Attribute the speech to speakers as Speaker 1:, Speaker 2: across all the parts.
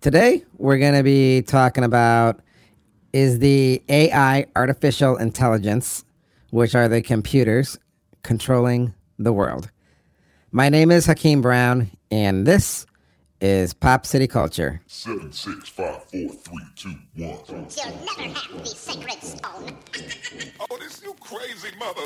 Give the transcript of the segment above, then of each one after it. Speaker 1: Today, we're going to be talking about is the AI artificial intelligence, which are the computers controlling the world. My name is Hakeem Brown, and this is Pop City Culture.
Speaker 2: Seven, six, five, four, three, two, one.
Speaker 3: You'll never have the sacred stone.
Speaker 2: Oh, this you crazy mother.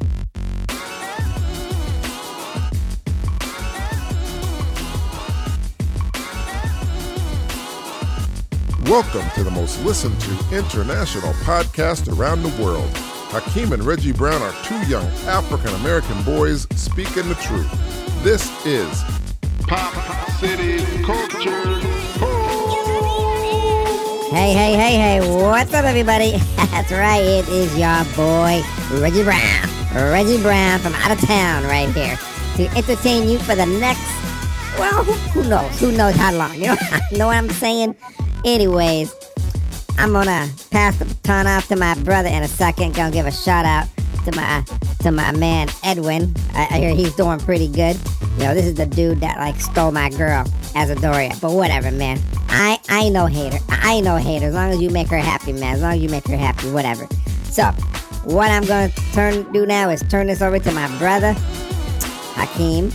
Speaker 4: Welcome to the most listened to international podcast around the world. Hakeem and Reggie Brown are two young African American boys speaking the truth. This is
Speaker 2: Pop City Culture.
Speaker 5: Hey, hey, hey, hey, what's up, everybody? That's right, it is your boy, Reggie Brown. Reggie Brown from out of town right here to entertain you for the next, well, who, who knows? Who knows how long? You know, know what I'm saying? Anyways, I'm gonna pass the baton off to my brother in a second. Gonna give a shout out to my to my man Edwin. I, I hear he's doing pretty good. You know, this is the dude that like stole my girl as a Doria. But whatever, man. I I ain't no hater. I ain't no hater. As long as you make her happy, man. As long as you make her happy, whatever. So, what I'm gonna turn do now is turn this over to my brother Hakeem,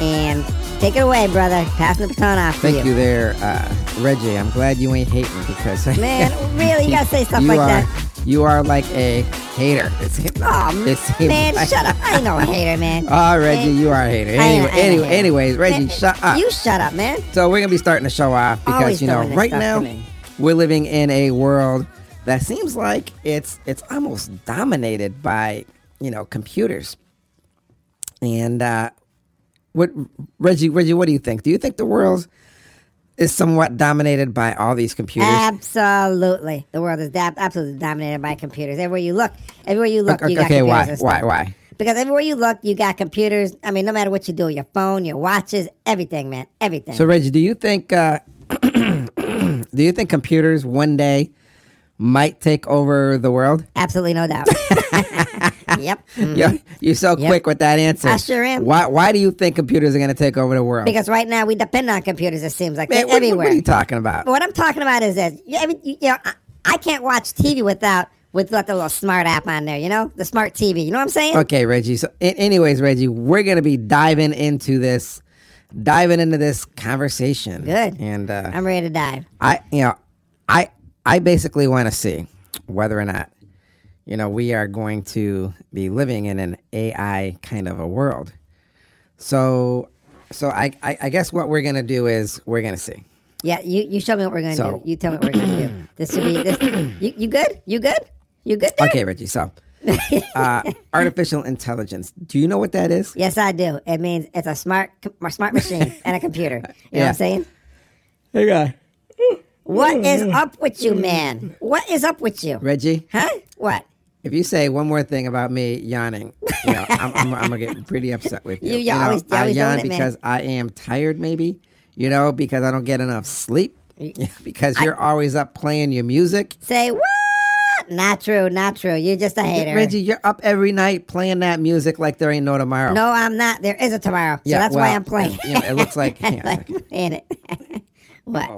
Speaker 5: and take it away, brother. Passing the baton off to
Speaker 1: Thank you there, uh, Reggie. I'm glad you ain't hating because
Speaker 5: Man, really, you gotta say stuff
Speaker 1: you
Speaker 5: like
Speaker 1: are,
Speaker 5: that.
Speaker 1: You are like a hater. It's,
Speaker 5: Aw,
Speaker 1: it seems
Speaker 5: man,
Speaker 1: like-
Speaker 5: shut up. I ain't no hater, man.
Speaker 1: Oh, Reggie,
Speaker 5: Man,
Speaker 1: you are a hater.
Speaker 5: I
Speaker 1: Anyway,
Speaker 5: ain't a- I ain't a
Speaker 1: anyway,
Speaker 5: hater.
Speaker 1: anyways, Reggie,
Speaker 5: Man,
Speaker 1: shut up.
Speaker 5: You shut up, man.
Speaker 1: So we're gonna be starting the show off because
Speaker 5: Always
Speaker 1: you know
Speaker 5: doing this
Speaker 1: right
Speaker 5: stuff to
Speaker 1: now
Speaker 5: me.
Speaker 1: we're living in a world that seems like it's it's almost dominated by you know computers. And uh, what Reggie Reggie, what do you think? Do you think the world is somewhat dominated by all these computers?
Speaker 5: Ah, Absolutely. The world is dab- absolutely dominated by computers. Everywhere you look, everywhere you look,
Speaker 1: okay,
Speaker 5: you got
Speaker 1: okay,
Speaker 5: computers.
Speaker 1: why
Speaker 5: and stuff.
Speaker 1: why why?
Speaker 5: Because everywhere you look, you got computers. I mean, no matter what you do, your phone, your watches, everything, man, everything.
Speaker 1: So Reggie, do you think uh, do you think computers one day might take over the world?
Speaker 5: absolutely no doubt. yep. Mhm.
Speaker 1: Yeah, you're so
Speaker 5: Yep.
Speaker 1: quick with that answer.
Speaker 5: I sure am.
Speaker 1: Why Why do you think computers are going to take over the world?
Speaker 5: Because right now we depend on computers. It seems like
Speaker 1: Man,
Speaker 5: they're
Speaker 1: what, what-
Speaker 5: everywhere.
Speaker 1: what are you talking about?
Speaker 5: But what I'm talking about is this. You, every, you, you know, I, I can't watch TV without without the little smart app on there. You know, the smart TV. You know what I'm saying?
Speaker 1: Okay, Reggie. So, a- anyways, Reggie, we're going to be diving into this, diving into this conversation.
Speaker 5: Good.
Speaker 1: And uh,
Speaker 5: I'm ready to dive.
Speaker 1: I, you know, I, I basically want to see whether or not, you know, we are going to be living in an AI kind of a world. So, so I, I, I guess what we're going to do is we're going to see.
Speaker 5: Yeah, you, you show me what we're gonna
Speaker 1: So-
Speaker 5: do. You tell me what we're gonna do. This would be this. You, you good? You good? You good? There?
Speaker 1: Okay, Reggie. So, uh, artificial intelligence. Do you know what that is?
Speaker 5: Yes, I do. It means it's a smart com- a smart machine and a computer. You know what
Speaker 1: Yeah.
Speaker 5: I'm saying?
Speaker 1: Hey, guy.
Speaker 5: What is up with you, man? What is up with you?
Speaker 1: Reggie,
Speaker 5: Huh? What?
Speaker 1: if you say one more thing about me yawning, you know, I'm, I'm, I'm gonna get pretty upset with you.
Speaker 5: You- you're always- you're
Speaker 1: I
Speaker 5: always
Speaker 1: yawn
Speaker 5: doing it, man.
Speaker 1: because I am tired, maybe. You know, because I don't get enough sleep. because you're always up playing your music.
Speaker 5: Say what? Not true. Not true. You're just a hater.
Speaker 1: Reggie, you're up every night playing that music like there ain't no tomorrow.
Speaker 5: No, I'm not. There is a tomorrow. so that's why
Speaker 1: well,
Speaker 5: I'm playing.
Speaker 1: You know, it looks like.
Speaker 5: in it. what?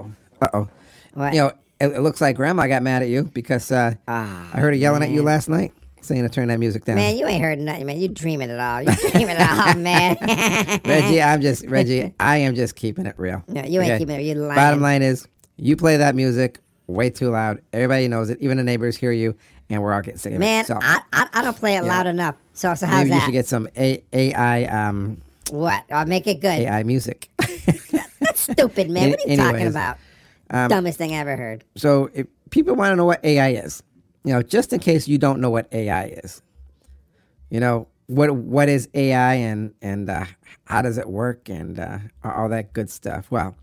Speaker 1: uh oh.
Speaker 5: What?
Speaker 1: You know, it, it looks like Grandma got mad at you because uh, I heard her yelling at you last night, saying to turn that music down.
Speaker 5: Ah, man, you ain't heard nothing, man. You dreaming it all. You dreaming it all, man.
Speaker 1: Reggie, I'm just Reggie. I am just keeping it real.
Speaker 5: No, you ain't keeping it real. You're lying.
Speaker 1: Bottom line is, you play that music way too loud. Everybody knows it. Even the neighbors hear you, and we're all getting sick of
Speaker 5: man,
Speaker 1: it. So
Speaker 5: I, I I don't play it loud enough. So so how's
Speaker 1: maybe you
Speaker 5: that?
Speaker 1: should get some A- AI um,
Speaker 5: what? I'll make it good.
Speaker 1: AI music.
Speaker 5: That's stupid, man. What are you talking
Speaker 1: Anyways, um,
Speaker 5: about? Dumbest thing I ever heard.
Speaker 1: so if people want to know what AI is, you know, just in case you don't know what AI is, you know what what is AI and and uh, how does it work and uh, all that good stuff. Well,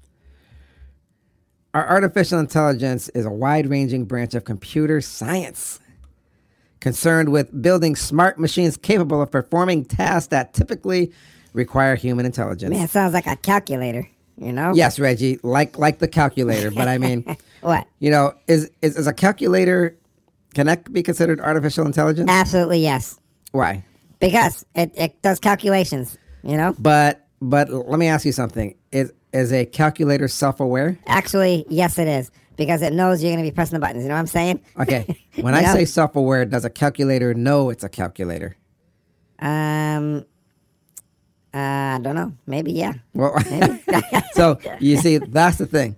Speaker 1: our artificial intelligence is a wide-ranging branch of computer science concerned with building smart machines capable of performing tasks that typically require human intelligence.
Speaker 5: Man, it sounds like a calculator. You know?
Speaker 1: Yes, Reggie, like like the calculator, but I mean,
Speaker 5: What?
Speaker 1: you know, is, is is a calculator can that be considered artificial intelligence?
Speaker 5: Absolutely yes.
Speaker 1: Why?
Speaker 5: Because it, it does calculations. You know?
Speaker 1: But but let me ask you something. is is a calculator self aware?
Speaker 5: Actually, yes, it is because it knows you're going to be pressing the buttons. You know what I'm saying?
Speaker 1: Okay. When I
Speaker 5: Yeah.
Speaker 1: say self aware, does a calculator know it's a calculator?
Speaker 5: Um, uh, I don't know. Maybe yeah.
Speaker 1: Well, so you see, that's the thing.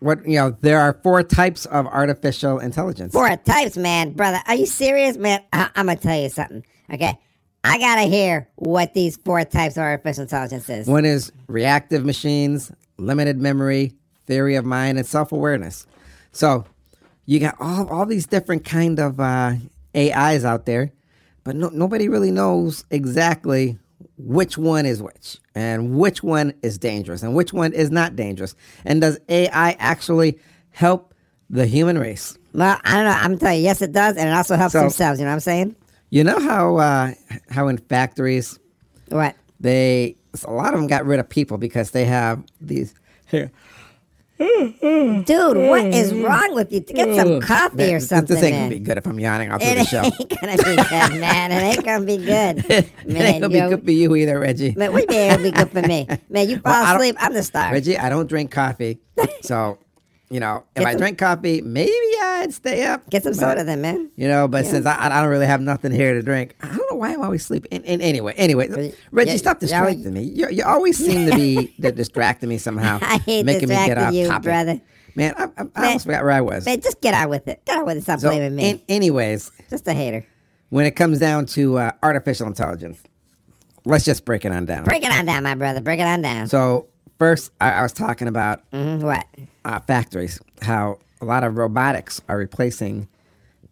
Speaker 1: What you know, there are four types of artificial intelligence.
Speaker 5: Four types, man, brother. Are you serious, man? I- I'm gonna tell you something. Okay, I gotta hear what these four types of artificial intelligence is.
Speaker 1: One is reactive machines, limited memory, theory of mind, and self awareness. So you got all, all these different kind of uh, AIs out there, but no, nobody really knows exactly which one is which and which one is dangerous and which one is not dangerous. And does AI actually help the human race?
Speaker 5: Well, I don't know. I'm telling you, yes, it does, and it also helps
Speaker 1: So-
Speaker 5: themselves. You know what I'm saying?
Speaker 1: You know how uh, how in factories
Speaker 5: What?
Speaker 1: they a lot of them got rid of people because they have these here
Speaker 5: Dude, what is wrong with you? Get some coffee or
Speaker 1: This- This,
Speaker 5: something,
Speaker 1: ain't
Speaker 5: man.
Speaker 1: gonna be good if I'm yawning all through the
Speaker 5: It
Speaker 1: show.
Speaker 5: ain't gonna be good, man. It ain't gonna be good.
Speaker 1: it ain't gonna be
Speaker 5: yo.
Speaker 1: good for you either, Reggie.
Speaker 5: Man, what do you mean it'll be good for me? Man, you fall
Speaker 1: I don't-
Speaker 5: asleep, I'm the star.
Speaker 1: Reggie, I don't drink coffee, so you know if
Speaker 5: Get
Speaker 1: I
Speaker 5: some-
Speaker 1: drink coffee, maybe I'd stay up.
Speaker 5: Get some
Speaker 1: but-
Speaker 5: soda then, man.
Speaker 1: You know, but since I, I don't really have nothing here to drink, I don't know why I'm always sleeping. And, and anyway, anyway,
Speaker 5: Reggie-
Speaker 1: Reggie,
Speaker 5: yeah,
Speaker 1: stop
Speaker 5: yeah, we-
Speaker 1: distracting me. You, you always seem to be di- distracting me somehow,
Speaker 5: I hate
Speaker 1: making me get
Speaker 5: distracting
Speaker 1: off
Speaker 5: you,
Speaker 1: topic.
Speaker 5: brother.
Speaker 1: Man, I, I, I almost forgot where I was.
Speaker 5: Man, just get out with it. Get out with it. Stop
Speaker 1: So,
Speaker 5: blaming me.
Speaker 1: an- anyways,
Speaker 5: just a hater.
Speaker 1: when it comes down to uh, artificial intelligence, let's just break it on down.
Speaker 5: Break it on down, my brother. Break it on down.
Speaker 1: So first, I, I was talking about
Speaker 5: Mhm, what?
Speaker 1: uh, factories, how a lot of robotics are replacing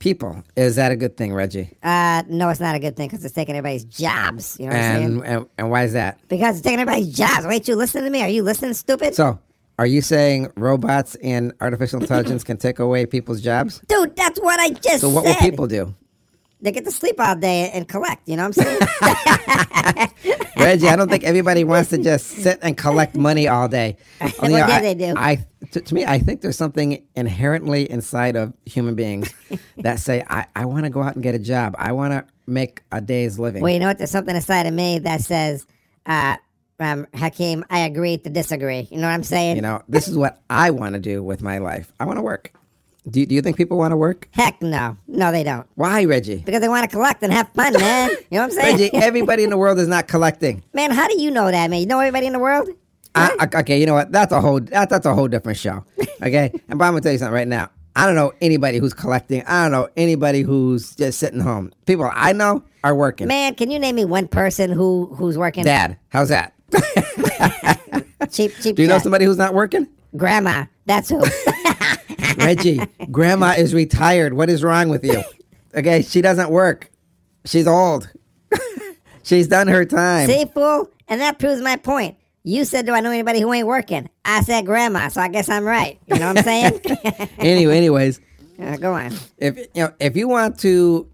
Speaker 1: people. Is that a good thing, Reggie?
Speaker 5: Uh, no, it's not a good thing because it's taking everybody's jobs. You know what I'm
Speaker 1: And
Speaker 5: saying?
Speaker 1: and, and why is that?
Speaker 5: Because it's taking everybody's jobs. Wait, you listen to me? Are you listening, stupid?
Speaker 1: So, are you saying robots and artificial intelligence can take away people's jobs?
Speaker 5: Dude, that's what I just
Speaker 1: So, what
Speaker 5: said.
Speaker 1: will people do?
Speaker 5: They get to sleep all day and collect. You know what I'm saying?
Speaker 1: Reggie, I don't think everybody wants to just sit and collect money all day.
Speaker 5: Well,
Speaker 1: You know,
Speaker 5: yeah,
Speaker 1: I-
Speaker 5: they do.
Speaker 1: I, to, to me, I think there's something inherently inside of human beings that say, I, I want to go out and get a job. I want to make a day's living.
Speaker 5: well, you know what? There's something inside of me that says, uh, um, Hakeem, I agree to disagree. You know what I'm saying?
Speaker 1: You know, this is what I want to do with my life. I want to work. Do, do you think people want to work?
Speaker 5: Heck no. No, they don't.
Speaker 1: Why, Reggie?
Speaker 5: Because they want to collect and have fun, man. you know what I'm saying?
Speaker 1: Reggie, everybody in the world is not collecting.
Speaker 5: Man, how do you know that, man? You know everybody in the world?
Speaker 1: I, I- okay, you know what? That's a whole that, that's a whole different show. Okay, and but I'm gonna tell you something right now. I don't know anybody who's collecting. I don't know anybody who's just sitting home. People I know are working.
Speaker 5: Man, can you name me one person who who's working
Speaker 1: Dad, how's that?
Speaker 5: cheap cheap
Speaker 1: Do you know
Speaker 5: shot?
Speaker 1: somebody who's not working?
Speaker 5: grandma? That's who.
Speaker 1: Reggie, Grandma is retired. What is wrong with you? Okay, she doesn't work. She's old. She's done her time.
Speaker 5: See, fool? And that proves my point. You said do I know anybody who ain't working? I said grandma, so I guess I'm right. You know what I'm saying?
Speaker 1: Anyway, anyways,
Speaker 5: Uh, go on.
Speaker 1: if you know if you want to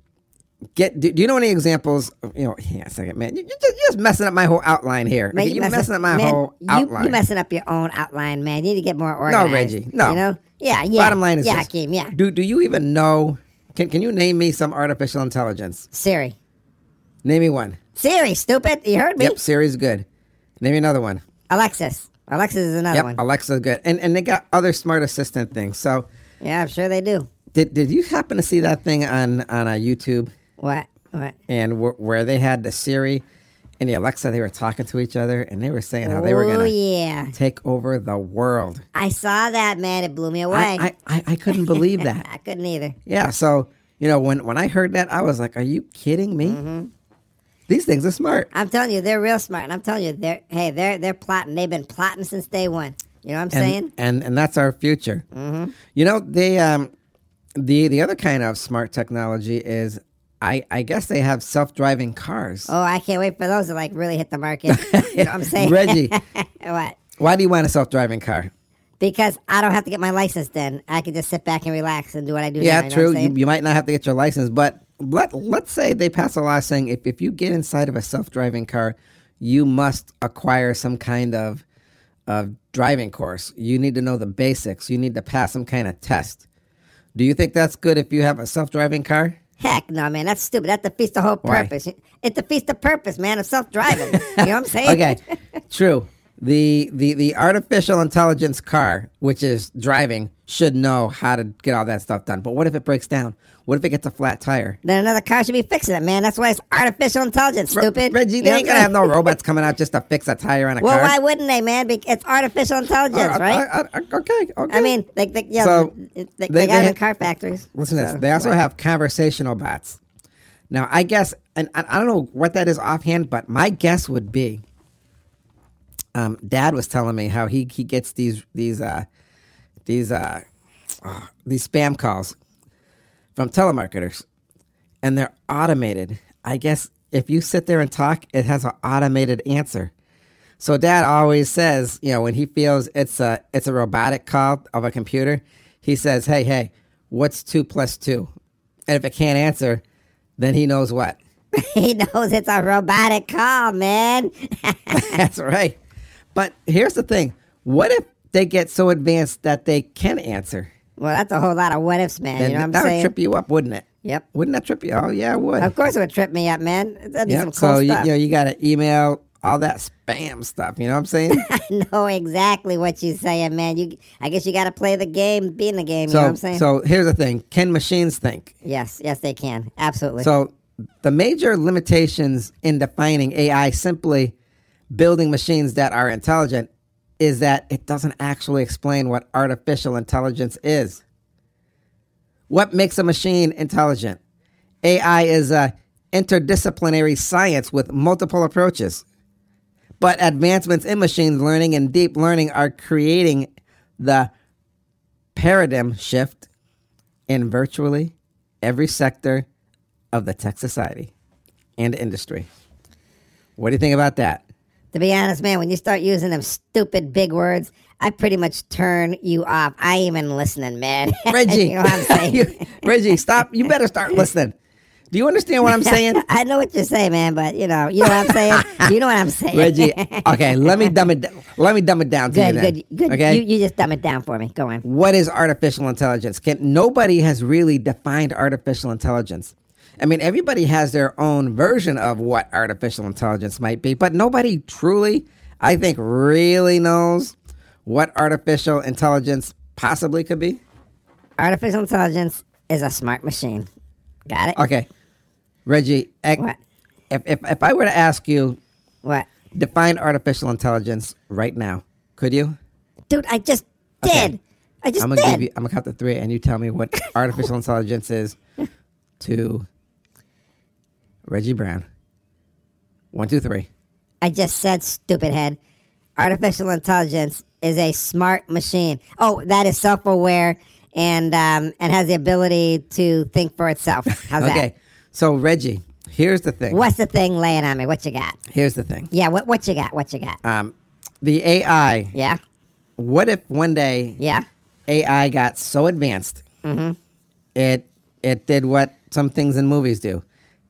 Speaker 1: get do, do you know any examples of, you know hang on a second man you, are just, you're just messing up my whole outline here
Speaker 5: Man,
Speaker 1: you're messing, up my
Speaker 5: man,
Speaker 1: whole
Speaker 5: you,
Speaker 1: outline
Speaker 5: You messing up your own outline, man. You need to get more organized.
Speaker 1: Reggie, no.
Speaker 5: You know? Yeah, yeah.
Speaker 1: bottom line is
Speaker 5: yeah,
Speaker 1: this.
Speaker 5: Hakeem, yeah.
Speaker 1: do, do you even know can, can you name me some artificial intelligence
Speaker 5: Siri.
Speaker 1: name me one
Speaker 5: Siri, stupid. You heard me?
Speaker 1: yep Siri's good name me another one
Speaker 5: Alexis. Alexis is another
Speaker 1: yep
Speaker 5: one.
Speaker 1: Alexa's good and and they got other smart assistant things so
Speaker 5: yeah, I'm sure they do.
Speaker 1: did, did you happen to see that thing on on uh, YouTube
Speaker 5: What? What?
Speaker 1: and wh- where they had the Siri and the Alexa they were talking to each other and they were saying how they were
Speaker 5: Oh
Speaker 1: gonna
Speaker 5: yeah,
Speaker 1: take over the world.
Speaker 5: I saw that man. It blew me away.
Speaker 1: I, I, I- I couldn't believe that.
Speaker 5: I couldn't either.
Speaker 1: Yeah, so you know when when I heard that, I was like, "Are you kidding me?
Speaker 5: Mm-hmm.
Speaker 1: These things are smart."
Speaker 5: I'm telling you, they're real smart, and I'm telling you, they're hey, they're they're plotting. They've been plotting since day one. You know what I'm saying? Mm-hmm.
Speaker 1: And, and and that's our future. You know they um the the other kind of smart technology is I I guess they have self driving cars.
Speaker 5: Oh, I can't wait for those to like really hit the market. you know what I'm saying?
Speaker 1: Reggie,
Speaker 5: what?
Speaker 1: why do you want a self driving car?
Speaker 5: Because I don't have to get my license then. I can just sit back and relax and do what I do.
Speaker 1: Yeah,
Speaker 5: now, you know
Speaker 1: true.
Speaker 5: What I'm
Speaker 1: You,
Speaker 5: saying?
Speaker 1: you might not have to get your license, but let let's say they pass a law saying if, if you get inside of a self driving car, you must acquire some kind of of driving course. You need to know the basics. You need to pass some kind of test. Do you think that's good if you have a self driving car?
Speaker 5: Heck no, man. That's stupid. That defeats the whole
Speaker 1: Why?
Speaker 5: purpose. It defeats the purpose, man, of self driving. you know what I'm saying?
Speaker 1: Okay, true. the the the artificial intelligence car, which is driving, should know how to get all that stuff done. But what if it breaks down? What if it gets a flat tire?
Speaker 5: Then another car should be fixing it, man. That's why it's artificial intelligence, stupid.
Speaker 1: Reggie,
Speaker 5: You
Speaker 1: they
Speaker 5: know
Speaker 1: ain't
Speaker 5: what
Speaker 1: gonna
Speaker 5: I'm
Speaker 1: have no robots coming out just to fix a tire on a
Speaker 5: Well,
Speaker 1: car.
Speaker 5: why wouldn't they, man? Bec- It's artificial intelligence,
Speaker 1: Oh,
Speaker 5: right?
Speaker 1: I, I, I- okay, okay.
Speaker 5: I mean, they, they, yeah,
Speaker 1: So,
Speaker 5: they, they,
Speaker 1: they-
Speaker 5: got
Speaker 1: they-
Speaker 5: it in car factories.
Speaker 1: Listen to
Speaker 5: So,
Speaker 1: this. They also
Speaker 5: what?
Speaker 1: have conversational bots. Now, I guess, and I, I don't know what that is offhand, but my guess would be, um, Dad was telling me how he he gets these these uh, these uh, ah, these spam calls from telemarketers, and they're automated. I guess if you sit there and talk, it has an automated answer. So dad always says, you know, when he feels it's a it's a robotic call of a computer, he says, "Hey, hey, what's 2 plus 2?" And if it can't answer, then he knows what.
Speaker 5: He knows it's a robotic call, man.
Speaker 1: That's right. But here's the thing. What if they get so advanced that they can answer?
Speaker 5: well, that's a whole lot of what ifs, man.
Speaker 1: And
Speaker 5: you know what I'm
Speaker 1: that would
Speaker 5: saying?
Speaker 1: trip you up, wouldn't it?
Speaker 5: Yep.
Speaker 1: Wouldn't that trip you? Oh yeah, it would.
Speaker 5: Of course, it would trip me up, man. That'd be
Speaker 1: Yep.
Speaker 5: some cool
Speaker 1: So you,
Speaker 5: stuff.
Speaker 1: you know, you got to email all that spam stuff, you know what I'm saying?
Speaker 5: I know exactly what you're saying, man. You, I guess you got to play the game, be in the game. you know what
Speaker 1: so
Speaker 5: I'm saying?
Speaker 1: so here's the thing. Can machines think?
Speaker 5: yes, yes, they can. Absolutely.
Speaker 1: So the major limitations in defining AI simply building machines that are intelligent is that it doesn't actually explain what artificial intelligence is. What makes a machine intelligent? AI is a interdisciplinary science with multiple approaches. But advancements in machine learning and deep learning are creating the paradigm shift in virtually every sector of the tech society and industry. What do you think about that?
Speaker 5: To be honest, man, when you start using them stupid big words, I pretty much turn you off. I ain't even listening, man.
Speaker 1: Reggie,
Speaker 5: you know what I'm saying?
Speaker 1: You- Reggie, stop. You better start listening. Do you understand what I'm saying?
Speaker 5: I know what you're saying, man, but you know, you know what I'm saying. you know what I'm saying,
Speaker 1: Reggie, okay, let me dumb it down. Let me dumb it down to you
Speaker 5: good,
Speaker 1: then.
Speaker 5: good, good.
Speaker 1: Okay?
Speaker 5: You, you just dumb it down for me. Go on.
Speaker 1: what is artificial intelligence? Can nobody has really defined artificial intelligence. I mean, everybody has their own version of what artificial intelligence might be, but nobody truly, I think, really knows what artificial intelligence possibly could be.
Speaker 5: Artificial intelligence is a smart machine. Got it?
Speaker 1: Okay, Reggie, ec-
Speaker 5: What?
Speaker 1: if if if I were to ask you
Speaker 5: What?
Speaker 1: define artificial intelligence right now, could you?
Speaker 5: Dude, I just
Speaker 1: Okay.
Speaker 5: did. I just
Speaker 1: I'm gonna
Speaker 5: did.
Speaker 1: give you. I'm gonna count to three, and you tell me what artificial intelligence is. Two. Reggie Brown. One, two, three.
Speaker 5: I just said, stupid head. Artificial intelligence is a smart machine. Oh, that is self-aware and um, and has the ability to think for itself. How's
Speaker 1: Okay. So Reggie, here's the thing.
Speaker 5: that? What's the thing laying on me? What you got?
Speaker 1: Here's the thing.
Speaker 5: Yeah, what what you got? What you got?
Speaker 1: Um, the AI.
Speaker 5: yeah,
Speaker 1: What if one day
Speaker 5: yeah. Mm-hmm.
Speaker 1: AI got so advanced, it it did what some things in movies do,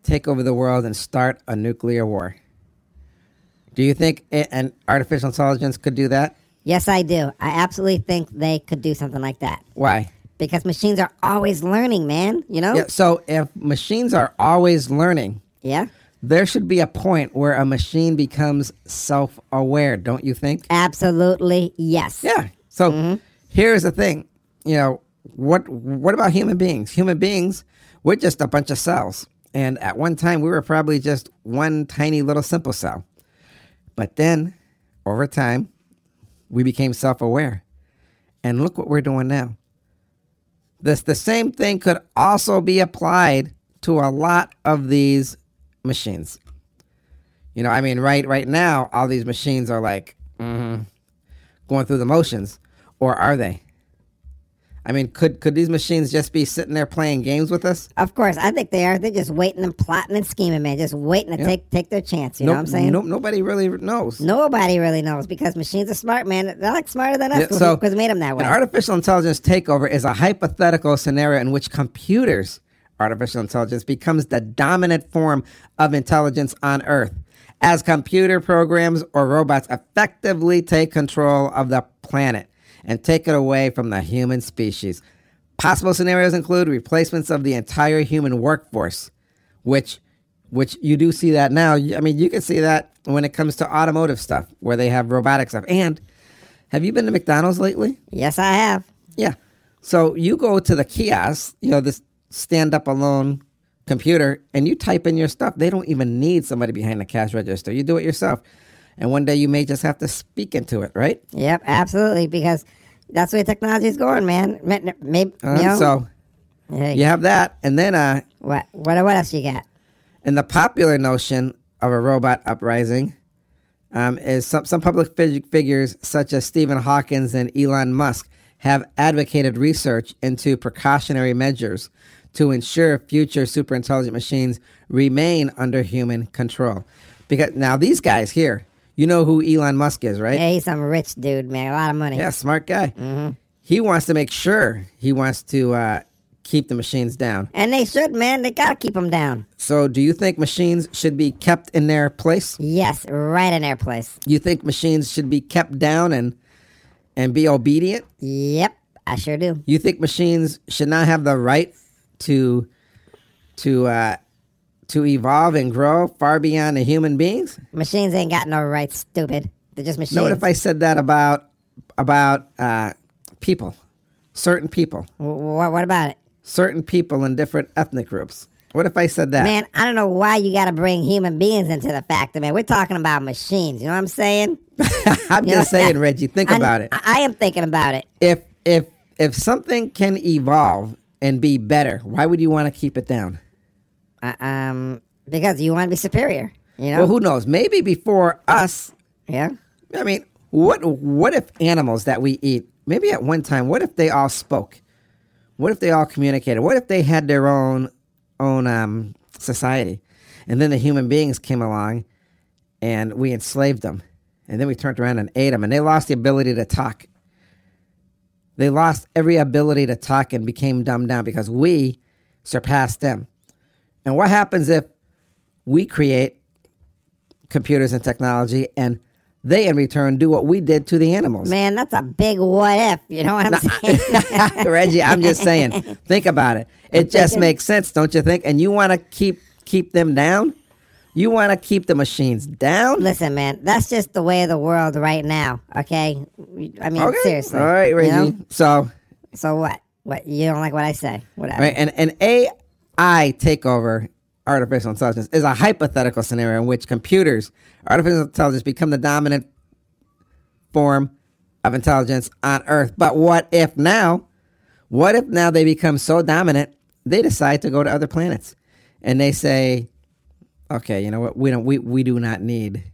Speaker 1: take over the world and start a nuclear war. Do you think it, an artificial intelligence could do that?
Speaker 5: Yes, I do. I absolutely think they could do something like that
Speaker 1: Why?
Speaker 5: because machines are always learning, man. You know?
Speaker 1: Yeah, so if machines are always learning,
Speaker 5: Yeah.
Speaker 1: there should be a point where a machine becomes self-aware, don't you think?
Speaker 5: Absolutely, yes.
Speaker 1: Yeah. So here's the thing, you know, what what about human beings? Human beings, we're just a bunch of cells. And at one time we were probably just one tiny little simple cell. But then over time, we became self-aware. And look what we're doing now. This the same thing could also be applied to a lot of these machines. You know, I mean, right right now, all these machines are like going through the motions, or are they? I mean, could could these machines just be sitting there playing games with us?
Speaker 5: Of course, I think they are. They're just waiting and plotting and scheming, man. Just waiting to take take their chance. You know what I'm saying?
Speaker 1: Nope, nobody really knows.
Speaker 5: Nobody really knows because machines are smart, man. They're like smarter than us
Speaker 1: Yeah,
Speaker 5: because
Speaker 1: so
Speaker 5: we made them that way.
Speaker 1: An artificial intelligence takeover is a hypothetical scenario in which computers, artificial intelligence, becomes the dominant form of intelligence on Earth, as computer programs or robots effectively take control of the planet and take it away from the human species. Possible scenarios include replacements of the entire human workforce, which which you do see that now. You- I mean, you can see that when it comes to automotive stuff, where they have robotic stuff. And have you been to McDonald's lately?
Speaker 5: Yes, I have.
Speaker 1: Yeah. So you go to the kiosk, you know, this stand up alone computer, and you type in your stuff. They don't even need somebody behind the cash register. You do it yourself. And one day you may just have to speak into it, right?
Speaker 5: Yep, absolutely. Because that's where technology's going, man. Maybe
Speaker 1: Uh, So you have that. And then uh,
Speaker 5: What what what else you got?
Speaker 1: And the popular notion of a robot uprising um, is some, some public fig- figures, such as Stephen Hawkins and Elon Musk, have advocated research into precautionary measures to ensure future superintelligent machines remain under human control. Because now, these guys here, you know who Elon Musk is, right?
Speaker 5: Yeah, he's some rich dude, man. A lot of money.
Speaker 1: Yeah, smart guy. He wants to make sure he wants to uh, keep the machines down.
Speaker 5: And they should, man. They gotta keep him down.
Speaker 1: So, do you think machines should be kept in their place?
Speaker 5: Yes, right in their place.
Speaker 1: You think machines should be kept down and and be obedient?
Speaker 5: Yep, I sure do.
Speaker 1: You think machines should not have the right to to uh, to evolve and grow far beyond the human beings?
Speaker 5: Machines ain't got no rights, stupid. They're just machines.
Speaker 1: No, what if I said that about about uh, people, certain people,
Speaker 5: What, what about it?
Speaker 1: certain people in different ethnic groups? What if I said that?
Speaker 5: Man, I don't know why you gotta bring human beings into the factor, man. We're talking about machines, you know what I'm saying?
Speaker 1: I'm
Speaker 5: you know,
Speaker 1: just saying, Reggie. Think
Speaker 5: I-
Speaker 1: about it.
Speaker 5: I, I am thinking about it.
Speaker 1: If if if something can evolve and be better, why would you want to keep it down?
Speaker 5: Uh, um, because you wanna be superior, you know?
Speaker 1: Well, who knows? Maybe before us.
Speaker 5: yeah.
Speaker 1: I mean, what what if animals that we eat? Maybe at one time, what if they all spoke? What if they all communicated? What if they had their own own um, society, and then the human beings came along, and we enslaved them, and then we turned around and ate them, and they lost the ability to talk. They lost every ability to talk and became dumbed down because we surpassed them. And what happens if we create computers and technology, and they in return do what we did to the animals.
Speaker 5: Man, that's a big what if, you know what I'm saying?
Speaker 1: Reggie, I'm just saying, think about it. It just makes sense, don't you think? And you want to keep keep them down. You want to keep the machines down.
Speaker 5: Listen, man, that's just the way of the world right now. Okay, I mean,
Speaker 1: Okay.
Speaker 5: seriously.
Speaker 1: All right,
Speaker 5: you
Speaker 1: Reggie.
Speaker 5: know?
Speaker 1: So,
Speaker 5: So what? What you don't like what I say? Whatever.
Speaker 1: right, and an AI takeover artificial intelligence is a hypothetical scenario in which computers, artificial intelligence, become the dominant form of intelligence on Earth. But what if now? What if now they become so dominant they decide to go to other planets, and they say, "Okay, you know what? We don't. We, we do not need.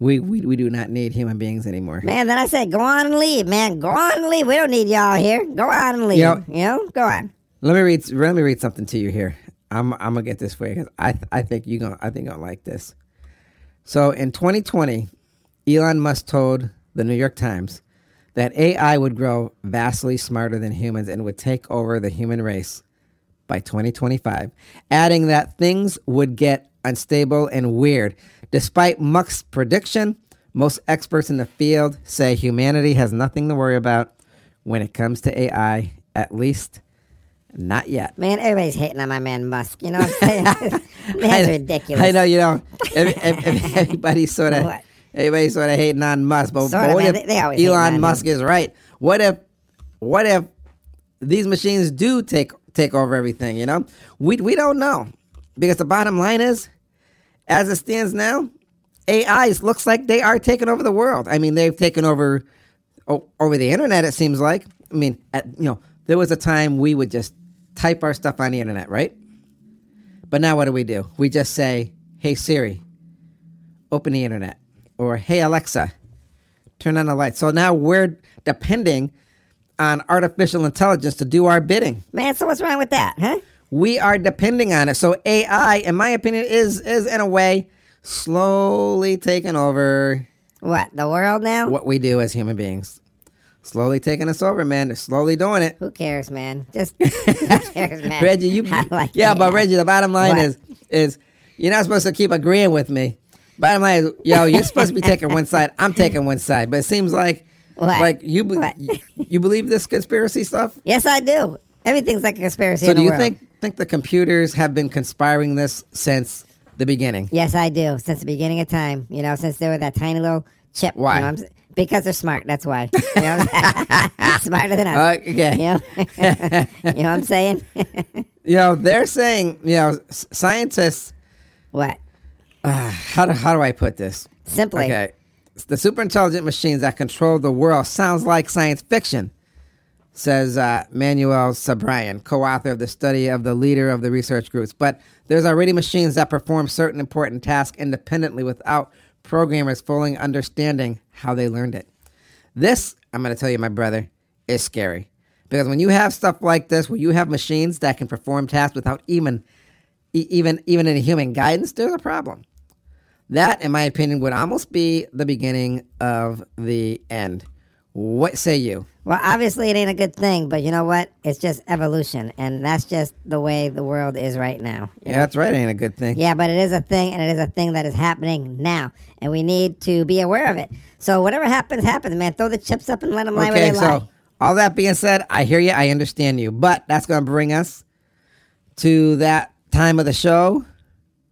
Speaker 1: We, we we do not need human beings anymore."
Speaker 5: Man, then I said, go on and leave, man. Go on and leave. We don't need y'all here. Go on and leave.
Speaker 1: Yep.
Speaker 5: You know, go on.
Speaker 1: Let me read. Let me read something to you here. I'm. I'm gonna get this for you 'cause I. I think you gonna. I think you'll like this. So in 2020, Elon Musk told the New York Times that AI would grow vastly smarter than humans and would take over the human race by 2025, adding that things would get unstable and weird. Despite Musk's prediction, most experts in the field say humanity has nothing to worry about when it comes to AI, at least not yet.
Speaker 5: Man, everybody's hating on my man Musk. You know what I'm saying? That's ridiculous.
Speaker 1: I know you know. Every, every, everybody sort of
Speaker 5: What?
Speaker 1: everybody sort of hating on Musk, but,
Speaker 5: Sorta,
Speaker 1: but what
Speaker 5: man.
Speaker 1: if
Speaker 5: They- they always hate
Speaker 1: Elon
Speaker 5: on
Speaker 1: Musk is right? What if what if these machines do take take over everything? You know, we we don't know because the bottom line is, as it stands now, AIs looks like they are taking over the world. I mean, they've taken over o- over the internet. It seems like. I mean, at, you know, there was a time we would just type our stuff on the internet, right? But now what do we do? We just say, "Hey Siri, open the internet," or "Hey Alexa, turn on the light." So now we're depending on artificial intelligence to do our bidding.
Speaker 5: Man, so what's wrong with that, huh?
Speaker 1: We are depending on it. So AI, in my opinion, is is in a way slowly taking over
Speaker 5: What the world now?
Speaker 1: what we do as human beings. Slowly taking us over, man. They're slowly doing it.
Speaker 5: Who cares, man? Just who cares, man?
Speaker 1: Reggie, you
Speaker 5: I like
Speaker 1: yeah,
Speaker 5: that.
Speaker 1: but Reggie, the bottom line
Speaker 5: What?
Speaker 1: is is you're not supposed to keep agreeing with me. Bottom line is, yo, you're supposed to be taking one side. I'm taking one side, but it seems like
Speaker 5: What?
Speaker 1: like you be-
Speaker 5: What?
Speaker 1: you, you believe this conspiracy stuff.
Speaker 5: Yes, I do. Everything's like a conspiracy.
Speaker 1: So
Speaker 5: in the
Speaker 1: do you
Speaker 5: world.
Speaker 1: think think the computers have been conspiring this since The beginning.
Speaker 5: Yes, I do. Since the beginning of time, you know, since they were that tiny little chip.
Speaker 1: Why?
Speaker 5: You know, I'm s- because they're smart. That's why. You know, smarter than us.
Speaker 1: Okay.
Speaker 5: You know, you know what I'm saying?
Speaker 1: You know, they're saying, you know, s- scientists,
Speaker 5: what?
Speaker 1: how do, how do I put this?
Speaker 5: Simply.
Speaker 1: Okay. The superintelligent machines that control the world sounds like science fiction, says uh, Manuel Sabrian, co author of the study of the leader of the research groups. But there's already machines that perform certain important tasks independently without programmers fully understanding how they learned it. This, I'm going to tell you, my brother, is scary. Because when you have stuff like this, where you have machines that can perform tasks without even, e- even, even any human guidance, there's a problem. That, in my opinion, would almost be the beginning of the end. What say you?
Speaker 5: Well, obviously it ain't a good thing, but you know what? It's just evolution, and that's just the way the world is right now.
Speaker 1: Yeah, that's right. Ain't a good thing.
Speaker 5: Yeah, but it is a thing, and it is a thing that is happening now, and we need to be aware of it. So whatever happens, happens, man. Throw the chips up and let them lie where
Speaker 1: Okay,
Speaker 5: they
Speaker 1: so
Speaker 5: lie.
Speaker 1: all that being said, I hear you. I understand you. But that's going to bring us to that time of the show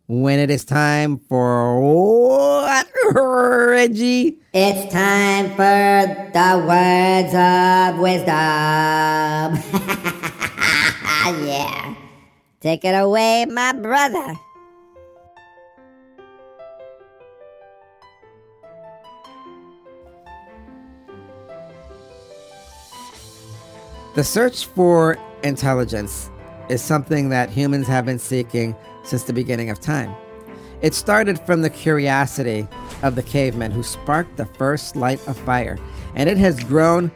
Speaker 1: when it is time for what, Reggie?
Speaker 5: It's time for the words of wisdom. yeah. Take it away, my brother.
Speaker 1: The search for intelligence is something that humans have been seeking since the beginning of time. It started from the curiosity of the cavemen who sparked the first light of fire, and it has grown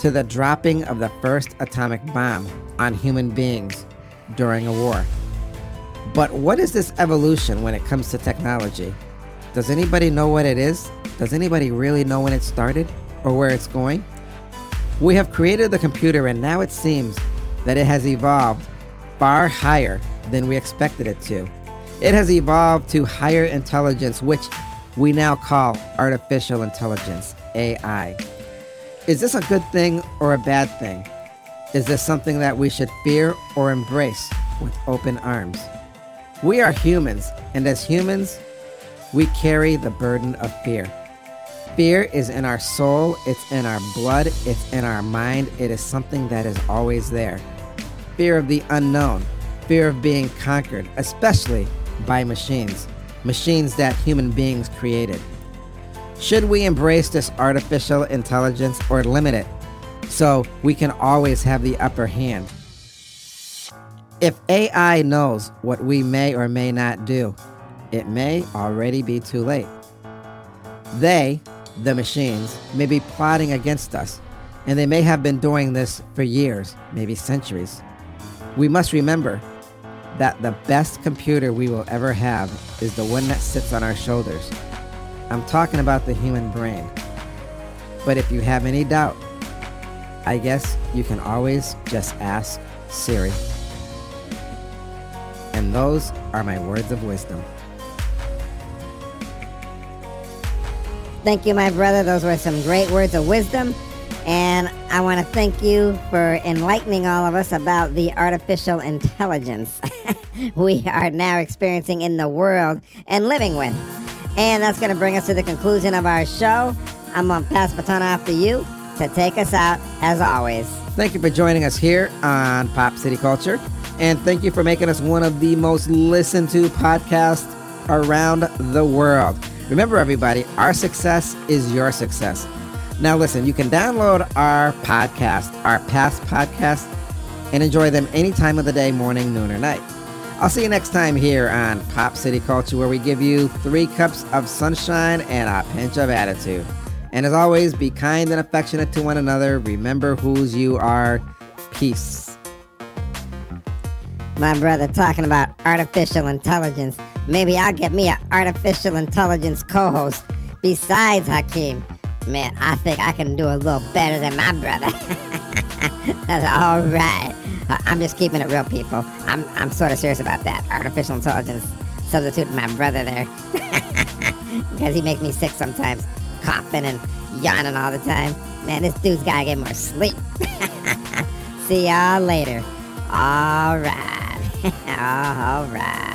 Speaker 1: to the dropping of the first atomic bomb on human beings during a war. But what is this evolution when it comes to technology? Does anybody know what it is? Does anybody really know when it started or where it's going? We have created the computer, and now it seems that it has evolved far higher than we expected it to. It has evolved to higher intelligence, which we now call artificial intelligence, AI. Is this a good thing or a bad thing? Is this something that we should fear or embrace with open arms? We are humans, and as humans, we carry the burden of fear. Fear is in our soul, it's in our blood, it's in our mind, it is something that is always there. Fear of the unknown, fear of being conquered, especially by machines, machines that human beings created. Should we embrace this artificial intelligence or limit it so we can always have the upper hand? If AI knows what we may or may not do, it may already be too late. They, the machines, may be plotting against us, and they may have been doing this for years, maybe centuries. We must remember that the best computer we will ever have is the one that sits on our shoulders. I'm talking about the human brain. But if you have any doubt, I guess you can always just ask Siri. And those are my words of wisdom.
Speaker 5: Thank you, my brother. Those were some great words of wisdom. And I want to thank you for enlightening all of us about the artificial intelligence we are now experiencing in the world and living with. And that's going to bring us to the conclusion of our show. I'm going to pass the baton off to you to take us out, as always.
Speaker 1: Thank you for joining us here on Pop City Culture. And thank you for making us one of the most listened to podcasts around the world. Remember, everybody, our success is your success. Now, listen, you can download our podcast, our past podcasts, and enjoy them any time of the day, morning, noon, or night. I'll see you next time here on Pop City Culture, where we give you three cups of sunshine and a pinch of attitude. And as always, be kind and affectionate to one another. Remember whose you are. Peace.
Speaker 5: My brother talking about artificial intelligence. Maybe I'll get me an artificial intelligence co host besides Hakeem. Man, I think I can do a little better than my brother. That's all right. I- I'm just keeping it real, people. I'm, I'm sort of serious about that. Artificial intelligence substituting my brother there. Because he makes me sick sometimes, coughing and yawning all the time. Man, this dude's gotta get more sleep. See y'all later. All right. all right.